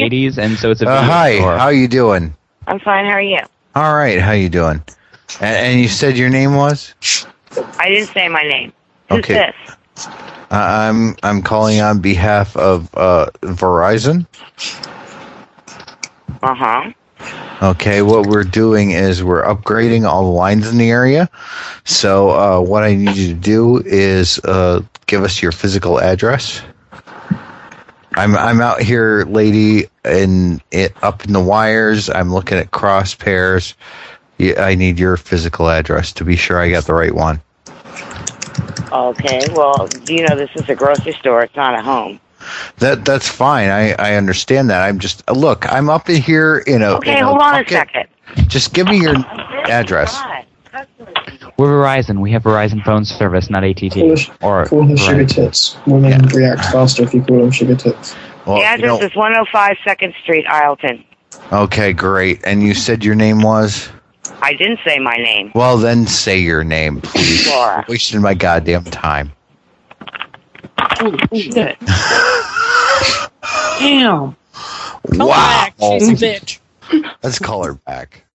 80s, and so it's a Uh, video hi, store. how you doing? I'm fine. How are you? All right, how you doing? And, and you said your name was? I didn't say my name. Who's Okay. this? I Uh, I'm I'm calling on behalf of uh, Verizon. Uh huh. Okay, what we're doing is we're upgrading all the lines in the area. So uh, what I need you to do is uh, give us your physical address. I'm I'm out here, lady, and it up in the wires. I'm looking at cross pairs. Yeah, I need your physical address to be sure I got the right one. Okay. Well, you know this is a grocery store. It's not a home. That that's fine. I, I understand that. I'm just uh, look. I'm up in here in a. Okay. in hold on pocket. a second. Just give me your address. God. We're Verizon. We have Verizon phone service, not ATT. Foolish. Or Call them sugar Verizon. tits. Women Yeah. react faster if you call them sugar tits. well, the you address don't- is 105 Second Street, Ileton. Okay, great. And you said your name was? I didn't say my name. Well, then say your name, please. Laura. Wasting my goddamn time. Shit. Damn. Come wow. back, she's a bitch. Let's call her back.